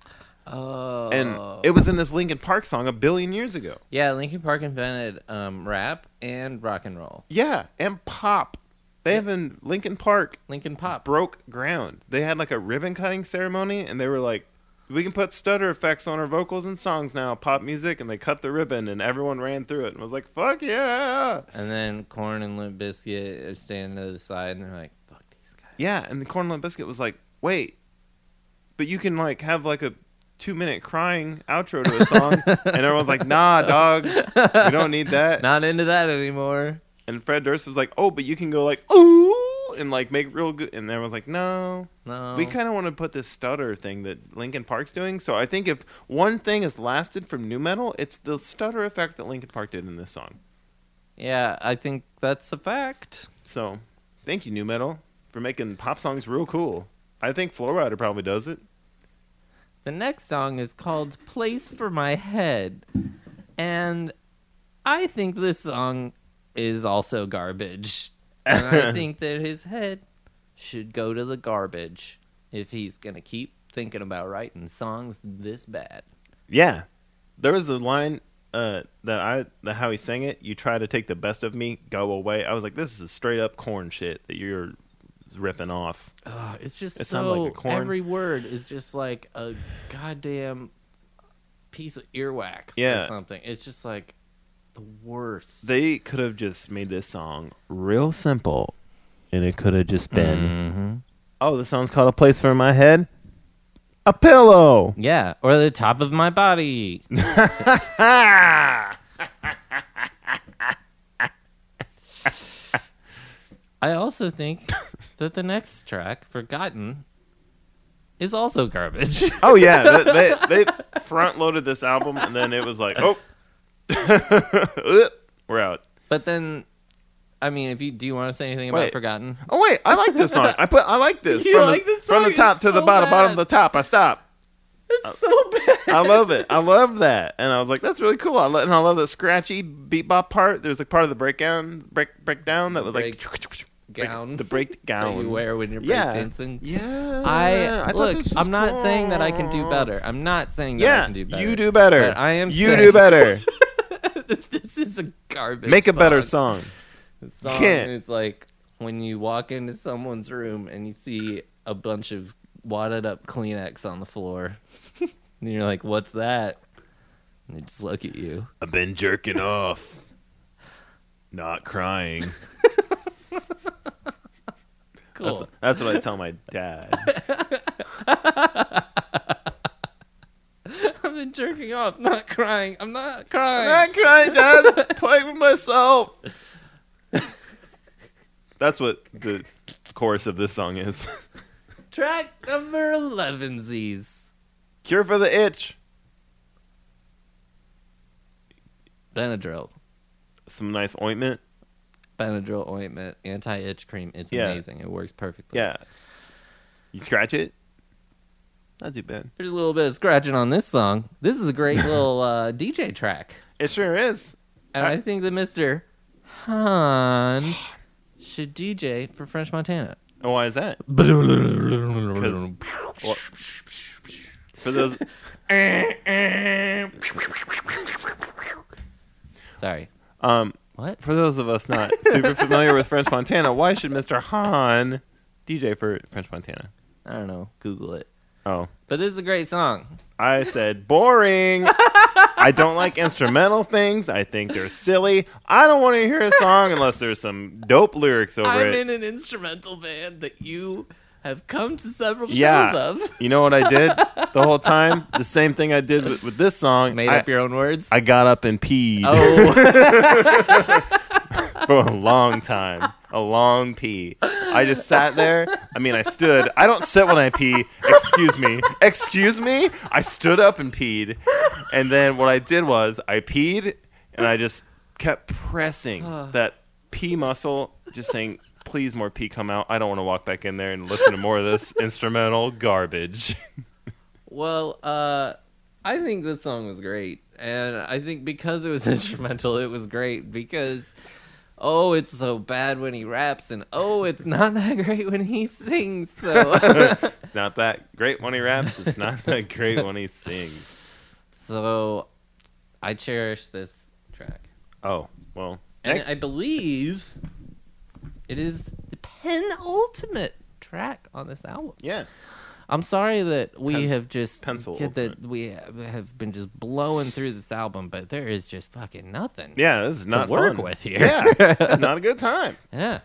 oh.
And it was in this Linkin Park song a billion years ago.
yeah, Linkin Park invented um, rap and rock and roll.
Yeah, and pop. They have in Linkin Park
Linkin Pop.
broke ground. They had like a ribbon cutting ceremony, and they were like, "We can put stutter effects on our vocals and songs now, pop music." And they cut the ribbon, and everyone ran through it and was like, "Fuck yeah!"
And then Corn and Limp Bizkit are standing to the side, and they're like, "Fuck these guys."
Yeah, and the corn limp biscuit was like, "Wait, but you can like have like a two minute crying outro to a song," and everyone's like, "Nah, dog, we don't need that."
Not into that anymore.
And Fred Durst was like, "Oh, but you can go like ooh and like make real good," and everyone's like, "No."
No.
We kind of want to put this stutter thing that Linkin Park's doing. So I think if one thing has lasted from new metal, it's the stutter effect that Linkin Park did in this song.
Yeah, I think that's a fact.
So thank you, new metal, for making pop songs real cool. I think Flow Rider probably does it.
The next song is called Place for My Head. And I think this song is also garbage. And *laughs* I think that his head should go to the garbage if he's going to keep thinking about writing songs this bad.
Yeah, there was a line uh, that I that how he sang it. You try to take the best of me, go away. I was like, this is straight up corn shit that you're ripping off.
Ugh, it's just
It sounds
so
like a corn.
every word is just like a goddamn piece of earwax
Yeah.
or something. It's just like the worst.
They could have just made this song real simple, and it could have just been, oh, this song's called "A Place for My Head," a pillow.
Yeah, or the top of my body.
*laughs* Ah!
I also think that the next track, Forgotten, is also
*laughs*
garbage.
Oh yeah, they, they, they front loaded this album, and then it was like, oh, *laughs* we're out.
but then, I mean, if you do, you want to say anything about
Wait.
Forgotten?
Oh wait, I like this song. I put I like this.
*laughs* You
from
like
the,
this
from
song?
the top
It's
to the
so
bottom, bottom
bad.
to the top. I stop. Uh,
It's so bad.
I love it. I love that. And I was like, that's really cool. I lo- and I love the scratchy beat bop part. There's like part of the breakdown break breakdown that was like break-
Gown
the break
*laughs* that
gown.
you wear when you're
Yeah.
breakdancing.
Yeah.
I,
thought
look.
this was
I'm not
cool.
saying that I can do better. I'm not saying that I
Yeah,
can do better.
you do better.
But I am
You
saying-
do
*laughs*
better.
this is a garbage.
Make a better
song.
song.
The song
can't.
is like when you walk into someone's room and you see a bunch of wadded up Kleenex on the floor. *laughs* and you're like, what's that? And they just look at you.
I've been jerking off, not
*laughs*
crying.
Cool.
That's, that's what I tell my dad.
*laughs* I've been jerking off, not crying. I'm not crying.
I'm not crying, *laughs* Dad. Playing with myself. That's what the chorus of this song is. *laughs*
Track number 11 Z's.
Cure for the itch.
Benadryl.
Some nice ointment.
Benadryl ointment, anti itch cream. It's
Yeah.
amazing. It works perfectly.
Yeah. You scratch it? Not too bad.
There's a little bit of scratching on this song. This is
*laughs*
a great little uh, DJ track.
It sure is.
And
I-
I, think that Mr. Hans should DJ for French Montana.
And why is that? Well, for those
Sorry.
*laughs* um
What?
for those of us not super familiar with French Montana, why should Mr. Han DJ for French Montana?
I don't know. Google it.
Oh,
But this is a great song.
I said boring. I don't like instrumental things. I think they're silly. I don't want to hear a song unless there's some dope lyrics over
I'm
it.
in an instrumental band that you have come to several shows
Yeah.
of.
You know what I did the whole time? The same thing I did with, with this song.
Made
I,
up your own words.
I got up and peed *laughs*
oh, *laughs*
for a long time. A long pee. I just sat there. I mean, I stood. I don't sit when I pee. Excuse me. Excuse me? I stood up and peed. And then what I did was I peed and I just kept pressing that pee muscle, just saying, please, more pee come out. I don't want to walk back in there and listen to more of
*laughs*
this instrumental garbage.
well, uh, I think this song was great. And I think because it was *laughs* instrumental, it was great because. Oh, it's so bad when he raps, and oh, it's *laughs* not that great when he sings.
*laughs*
So, *laughs*
It's not that great when he raps. It's not that great when he sings.
so I cherish this track.
Oh, well.
And
Next-
I believe it is the penultimate track on this album.
Yeah.
I'm sorry that we
Pen-
have just
pencil
get that we have been just blowing through this album, but there is just fucking nothing.
Yeah, this is not
work
fun.
with here. *laughs*
Yeah, it's not a good time.
Yeah.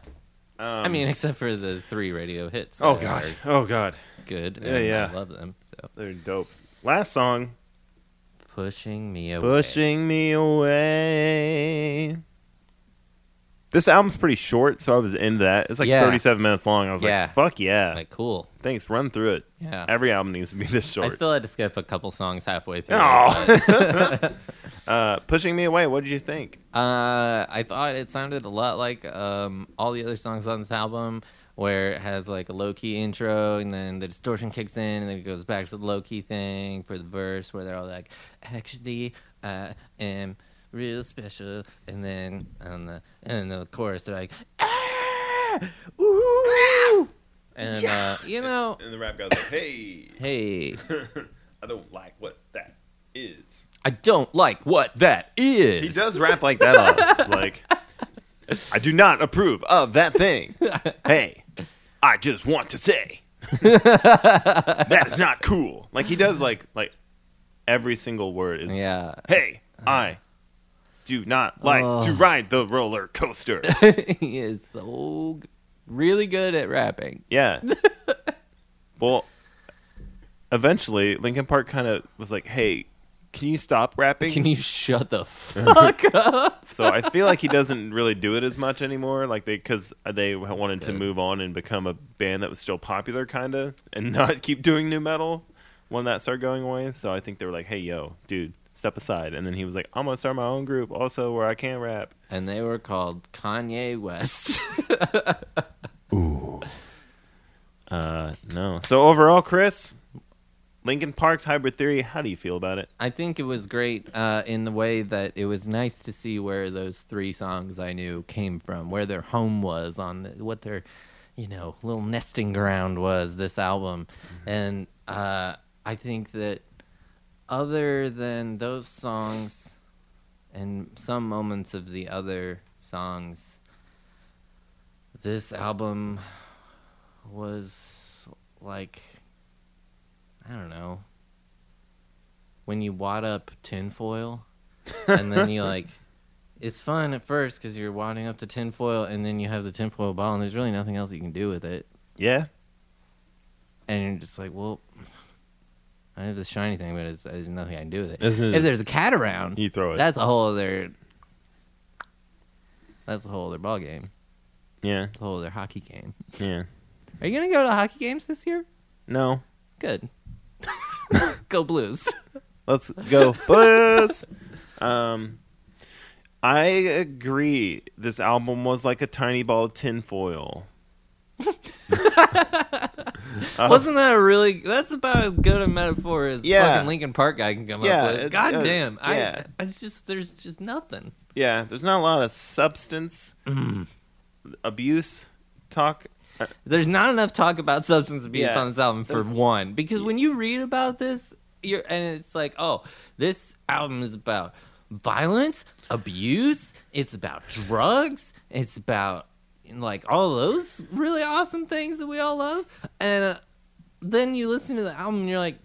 Um,
I mean, except for the three radio hits.
oh
that
god,
are
oh god,
good.
Yeah,
and
yeah.
I love them. So
they're dope. Last song,
pushing me away.
pushing me away. This album's pretty short, so I was into that. It's like
Yeah.
37 minutes long. I was
Yeah.
like, "Fuck yeah!"
Like cool.
Thanks. Run through it.
Yeah.
Every album needs to be this
I
short.
still had to skip a couple songs halfway through.
*laughs* Oh. Aw. *laughs* uh, pushing me away. What did you think?
Uh, I thought it sounded a lot like um, all the other songs on this album, where it has like a low key intro and then the distortion kicks in and then it goes back to the low key thing for the verse, where they're all like, "Actually, I am real special," and then on the and the chorus they're like, "Ah, ooh," and uh, you know,
And the rap guy's like, "Hey, *laughs*
hey,
I don't like what that is."
I don't like what that is.
He does rap like that a lot.
*laughs*
Like, I do not approve of that thing. Hey, I just want to
*laughs*
say that is not cool. Like he does, like like every single word is.
Yeah. *laughs*
Hey, I do not like to
Oh.
ride the roller coaster.
he is so g- really good at rapping. *laughs*
Yeah. well, eventually, Lincoln Park kind of was like, "Hey, can you stop rapping?"
Can you shut the fuck up?
So I feel like he doesn't really do it as much anymore. Like they, because they wanted to
good.
move on and become a band that was still popular, kind of, and *laughs* not keep doing new metal when that started going away. So I think they were like, "Hey, yo, dude, step aside." And then he was like, "I'm gonna start my own group, also where I can rap."
And they were called Kanye West. *laughs*
Uh, no. So overall, Chris, Lincoln Park's Hybrid Theory. How do you feel about it?
I think it was great uh, in the way that it was nice to see where those three songs I knew came from, where their home was on the, what their, you know, little nesting ground was. This album, and uh, I think that other than those songs, and some moments of the other songs, this album was like, I don't know when you wad up tinfoil and then you like it's fun at first because you're wadding up the tinfoil and then you have the tinfoil ball and there's really nothing else you can do with it
Yeah.
and you're just like well i have this shiny thing but it's, there's nothing i can do with it
Isn't it-
if there's a cat around
You throw it.
that's a whole other that's a whole other ball game
yeah.
it's a whole other hockey game
Yeah.
are you gonna go to hockey games this year
No.
good *laughs* go blues
Let's go, Buzz. um, I agree.
*laughs*
Uh, This album was like a tiny ball of tinfoil. Uh,
*laughs* Wasn't that a really? That's about as good a metaphor as
Yeah.
fucking Lincoln Park guy can come
Yeah,
up
it's-
with. God
uh,
damn!
yeah.
I, I just there's just nothing.
yeah, there's not a lot of substance
Mm-hmm.
abuse talk.
There's not enough talk about substance abuse
Yeah.
on this album for
There's-
one, because when you read about this, you're and it's like, oh, this album is about violence, abuse. It's about drugs. It's about like all those really awesome things that we all love, and uh, then you listen to the album and you're like,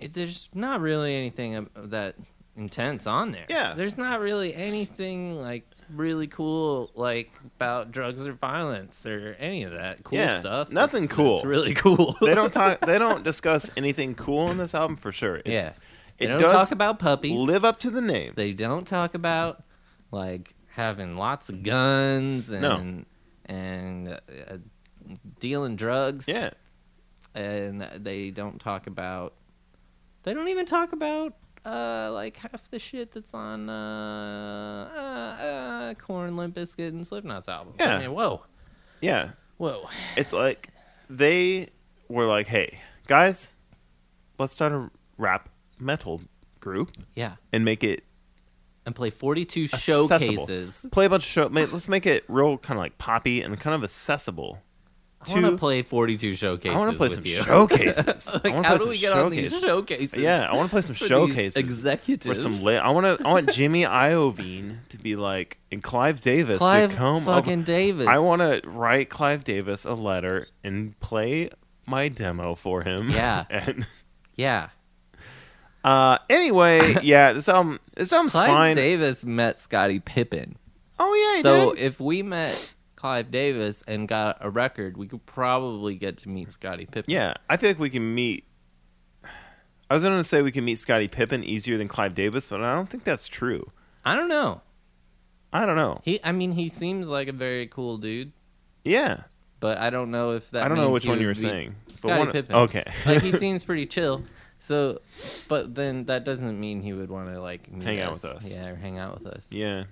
it, there's not really anything of- of that intense on there.
Yeah.
there's not really anything like really cool like about drugs or violence or any of that cool
Yeah,
stuff.
nothing
that's-
cool.
that's really cool.
*laughs* They don't talk. they don't discuss anything cool in this album for sure. It's-
*laughs* yeah, they
it
don't
does
talk about puppies.
live up to the name.
they don't talk about like having lots of guns and
No.
and uh, uh, dealing drugs.
yeah,
and they don't talk about they don't even talk about uh like half the shit that's on uh uh, uh corn limp bizkit and slipknot's album
Yeah.
I mean, whoa
yeah.
whoa
It's like they were like, "Hey, guys, let's start a rap metal group
yeah
and make it
and play 42
Accessible.
showcases
play a bunch of show. ma- Let's make it real, kind of like poppy and kind of accessible."
i want
To-
to play 42 showcases
I want to play
with
some
you
showcases. I
*laughs* like
wanna
how
play
do we
some
get on these
showcases.
showcases
Yeah, I want to play some
*laughs* for these
showcases. for
executives
some lit. I want to. I want Jimmy Iovine to be like, and Clive Davis
clive
to come. up-
fucking davis
I want to write Clive Davis a letter and play my demo for him.
Yeah.
*laughs* and
yeah
uh,
*laughs*
anyway, yeah, this album. This album's
clive
fine.
davis met scotty pippen
oh yeah, he
so
did.
if we met Clive Davis and got a record, we could probably get to meet Scottie Pippen.
yeah, I feel like we can meet. I was going to say we can meet Scottie Pippen easier than Clive Davis, but I don't think that's true.
I don't know.
I don't know.
He, I mean, he seems like a very cool dude,
Yeah,
but I don't know if that.
I don't know
means
which
he
one you were
would be-
saying. but
Scottie
one-
Pippen.
Okay.
*laughs*
*laughs*
like he seems pretty chill. So, but then that doesn't mean he would want to like meet
Hang out with us.
Yeah, or hang out with us.
yeah,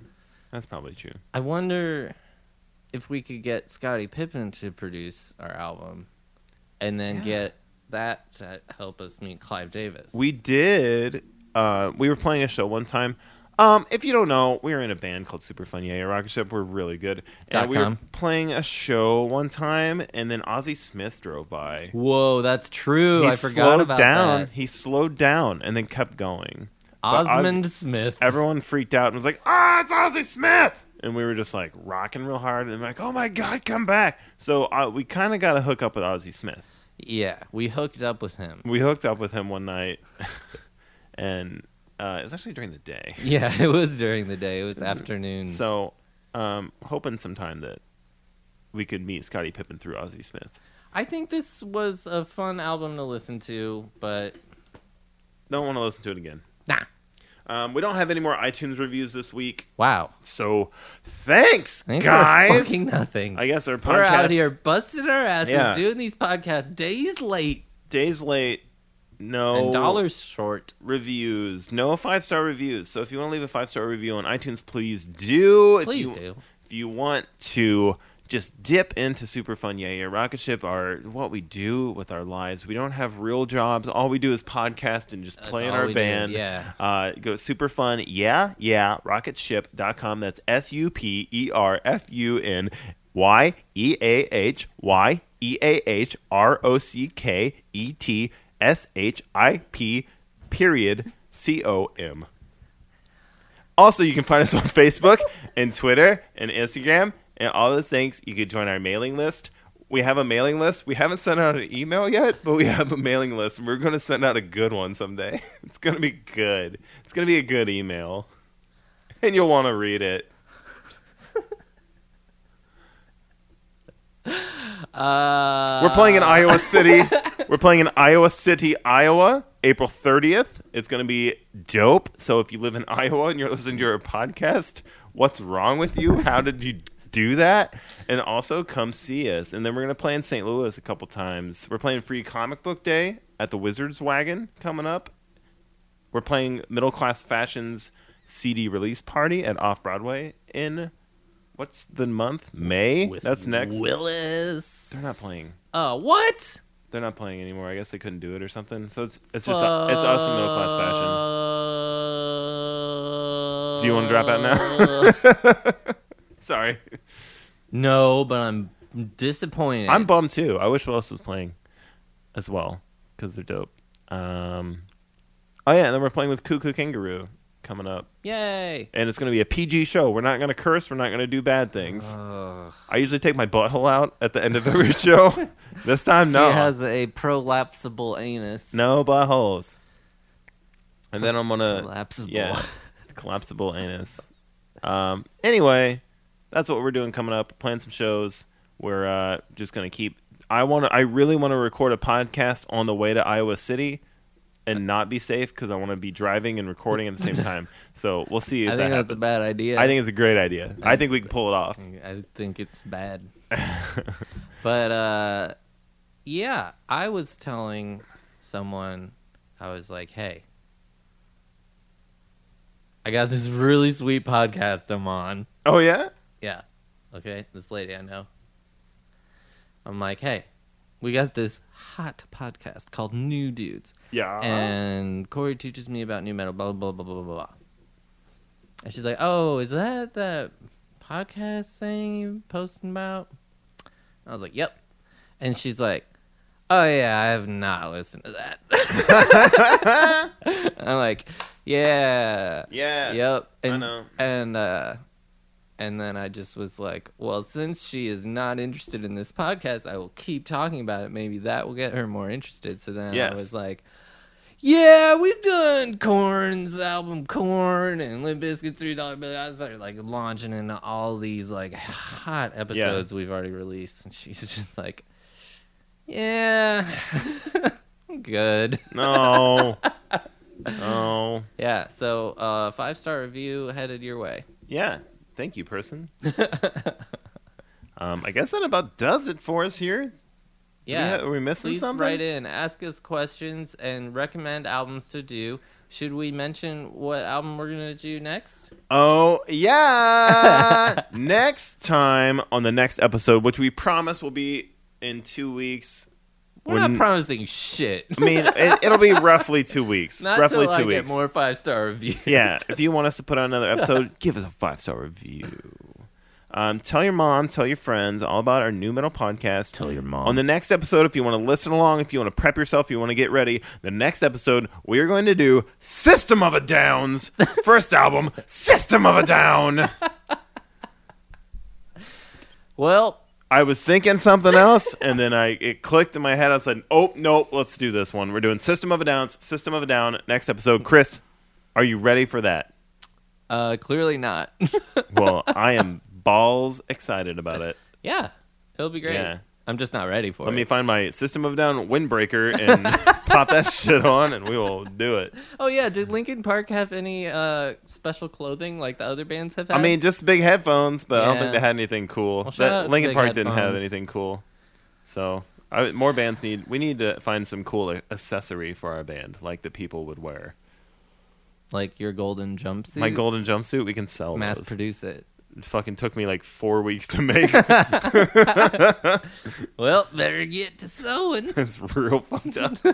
that's probably true.
I wonder if we could get Scottie Pippen to produce our album, and then
Yeah.
get that to help us meet Clive Davis.
We did. Uh, we were playing a show one time. Um, if you don't know, we were in a band called Super Fun Yay Rocket Ship. We're really good.
Dot
And we
com.
were playing a show one time, and then Ozzy Smith drove by.
Whoa, that's true.
he
I forgot
slowed
about
down.
that.
He slowed down and then kept going. But Oz-
Osmond Smith.
Everyone freaked out and was like, "Ah, it's Ozzy Smith!" And we were just like rocking real hard, and like, "Oh my God, come back!" So uh, we kind of got to hook up with Ozzy Smith.
yeah, we hooked up with him. *laughs*
We hooked up with him one night, *laughs* and uh, it was actually during the day.
Yeah, it was during the day.
*laughs*
It was afternoon.
So, um, hoping sometime that we could meet Scottie Pippen through Ozzy Smith.
I think this was a fun album to listen to, but
Don't want to listen to it again.
nah.
Um, we don't have any more iTunes reviews this week,
Wow.
so thanks,
Thanks for
guys.
fucking nothing.
I guess our podcast
We're out here busting our asses,
Yeah.
doing these podcasts days late
days late. No Oh.
and dollars short.
reviews, no five star reviews. So if you want to leave a five star review on iTunes, please do. If
Please
you-
do.
if you want to just dip into super fun yeah yeah rocket ship our what we do with our lives we don't have real jobs all we do is podcast and just play in
all
our
we do,
band
yeah.
uh, go super fun yeah yeah rocketship.com that's E s-u-p-e-r-f-u-n E E y-e-a-h-y-e-a-h-r-o-c-k-e-t-s-h-i-p period c-o-m also, you can find us *laughs* on Facebook and Twitter and Instagram and all those things. You could join our mailing list. We have a mailing list. We haven't sent out an email yet, but we have a mailing list. and We're going to send out a good one someday. *laughs* It's going to be good. It's going to be a good email. And you'll want to read it.
Uh,
We're playing in
*laughs*
Iowa City. We're playing in Iowa City, Iowa, April 30th. It's going to be dope. So if you live in Iowa and you're listening to our podcast, what's wrong with you? How did you do that? And also come see us. And then we're going to play in St. Louis a couple times. We're playing Free Comic Book Day at the Wizards Wagon coming up. We're playing Middle Class Fashion's CD release party at Off Broadway in what's the month? May.
with
That's next.
Willis.
They're not playing.
Uh, what?
They're not playing anymore. I guess they couldn't do it or something. So it's it's just uh, it's us in middle class fashion.
fashion.
Do you want to drop out now? Sorry,
*laughs* no, but I'm disappointed.
I'm bummed too. I wish Wells was playing as well because they're dope. Um, oh yeah, and then we're playing with Cuckoo Kangaroo coming up,
Yay.
and it's gonna be a PG show. We're not gonna curse. We're not gonna do bad things.
Ugh.
I usually take my butthole out at the end of every
*laughs*
show. this time, no.
He has a prolapsible anus.
No buttholes. And then I'm gonna
Prolapsible. *laughs*
yeah, collapsible anus. Um. Anyway, that's what we're doing coming up. Playing some shows. We're uh, just gonna keep. I want to. I really want to record a podcast on the way to Iowa City, and not be safe because I want to be driving and recording at the same *laughs* time. So we'll see
I
if
think
that
that's a
happens.
bad idea.
I think it's a great idea. I think we can pull it off.
I think it's bad. but uh yeah, I was telling someone I was like, "Hey, I got this really sweet podcast I'm on."
Oh yeah.
Yeah. Okay, this lady I know. I'm like, "Hey, we got this hot podcast called New Dudes."
Yeah.
and Corey teaches me about new metal, blah blah blah blah blah blah. blah. And she's like, "Oh, is that that podcast thing you posting about?" I was like, "Yep." And she's like, "Oh yeah, I have not listened to that." *laughs* I'm like, "Yeah,
*laughs* yeah.
yep."
I
And,
know.
And uh, and then I just was like, "Well, since she is not interested in this podcast, I will keep talking about it. Maybe that will get her more interested." So then
Yes.
I was like. Yeah, we've done Corn's album Corn and Limp Bizkit's Three Dollar Bill. I started like launching into all these like hot episodes we've already released, and she's *laughs* just like, "Yeah, *laughs*
*laughs*
good."
No. oh.
Yeah, so uh, five star review headed your way.
Yeah. Thank you, person. um, I guess that about does it for us here. Do we
Yeah,
ha- are we missing
please
something?
write in, ask us questions, and recommend albums to do. Should we mention what album we're gonna do next?
Oh,
*laughs*
yeah. next time on the next episode, which we promise will be in two weeks.
We're
We're
not
n- *laughs*
promising shit.
I mean, it, it'll be roughly two weeks.
*laughs* Not
roughly
till
two
I
weeks.
get more five star reviews.
yeah. If you want us to put on another
*laughs*
episode, give us a five star review. Um, tell your mom, tell your friends all about our new metal podcast.
Tell your mom.
On the next episode, if you want to listen along, if you want to prep yourself, if you want to get ready, the next episode we are going to do System of a
*laughs*
Down's first album, System of a Down.
*laughs* well,
I was thinking something else, and then I it clicked in my head. I said, "Oh nope, let's do this one. We're doing System of a Down's System of a Down next episode." Chris, are you ready for that?
uh, clearly not. *laughs*
Well, I am balls excited about it.
yeah, it'll be great.
Yeah.
I'm just not ready for
Let
it.
me find my System of a Down windbreaker
*laughs*
and pop that shit on, and we will do it.
oh yeah, did Linkin Park have any uh, special clothing like the other bands have? Had?
I mean, just big headphones, but I don't
Yeah.
think they had anything cool.
Well, shout out
that
to
Linkin
big
Park didn't have
headphones.
anything cool, so I, more bands need. We need to find some cool a- accessory for our band, like that people would wear.
like your golden jumpsuit.
My golden jumpsuit, we can sell.
mass
those.
produce it.
It fucking took me like four weeks to
*laughs*
make.
Well, better get to sewing. *laughs*
it's real fucked up.
For,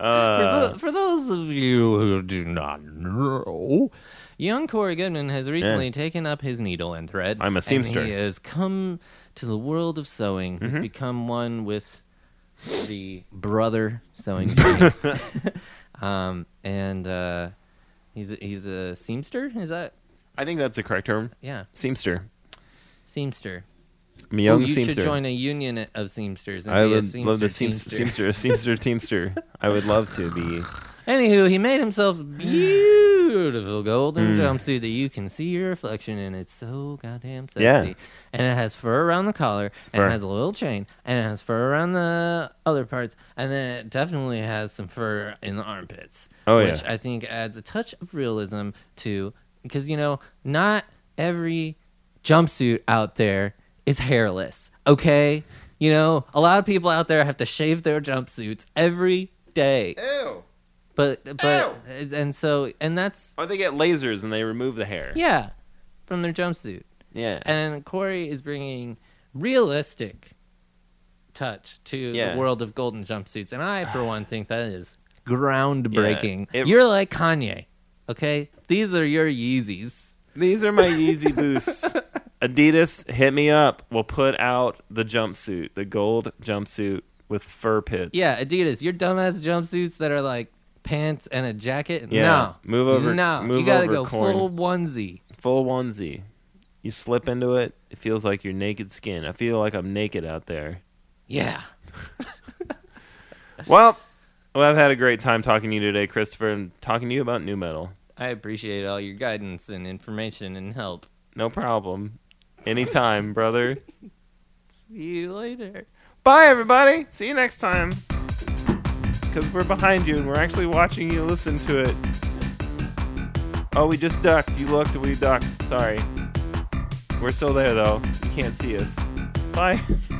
Uh,
tho- for those of you who do not know, young Corey Goodman has recently taken up his needle and thread.
I'm a seamster. Mm-hmm.
And he has come to the world of sewing. He's become one with the brother
*laughs*
sewing. trade. *laughs* um, and uh, he's a, he's a seamster. Is that
I think that's the correct term.
yeah,
Seamster.
seamster?
I'm a young
Ooh, you
seamster.
should join a union of seamsters. And
I
be a
would
seamster,
love the
teamster.
seamster, seamster, seamster, teamster. I would love to be.
Anywho, he made himself a beautiful golden
Hmm.
jumpsuit that you can see your reflection in. It's so goddamn sexy.
Yeah.
And it has fur around the collar, and
Fur.
it has a little chain, and it has fur around the other parts, and then it definitely has some fur in the armpits.
Oh,
which
yeah.
I think adds a touch of realism to because you know, not every jumpsuit out there is hairless, okay? You know, a lot of people out there have to shave their jumpsuits every day.
Ew.
But but and so and that's
Or they get lasers and they remove the hair.
yeah, from their jumpsuit.
Yeah.
And Corey is bringing realistic touch to
Yeah.
the world of golden jumpsuits. And I, for one, think
*sighs*
that is groundbreaking.
it-
You're like Kanye, okay? These are your Yeezys.
These are my Yeezy boosts.
*laughs*
Adidas, hit me up. We'll put out the jumpsuit, the gold jumpsuit with fur pits.
Yeah, Adidas, your dumbass jumpsuits that are like pants and a jacket.
Yeah.
No.
Move over-
No.
move
you gotta
over,
go
corn.
full onesie.
Full onesie. You slip into it, it feels like your naked skin. I feel like I'm naked out there.
Yeah.
Well, well, I've had a great time talking to you today, Christopher, and talking to you about new metal.
I appreciate all your guidance and information and help.
No problem. Anytime, brother.
See you later.
Bye, everybody. See you next time. Because we're behind you and we're actually watching you listen to it. Oh, we just ducked. You looked, we ducked. Sorry. We're still there, though. You can't see us. Bye. *laughs*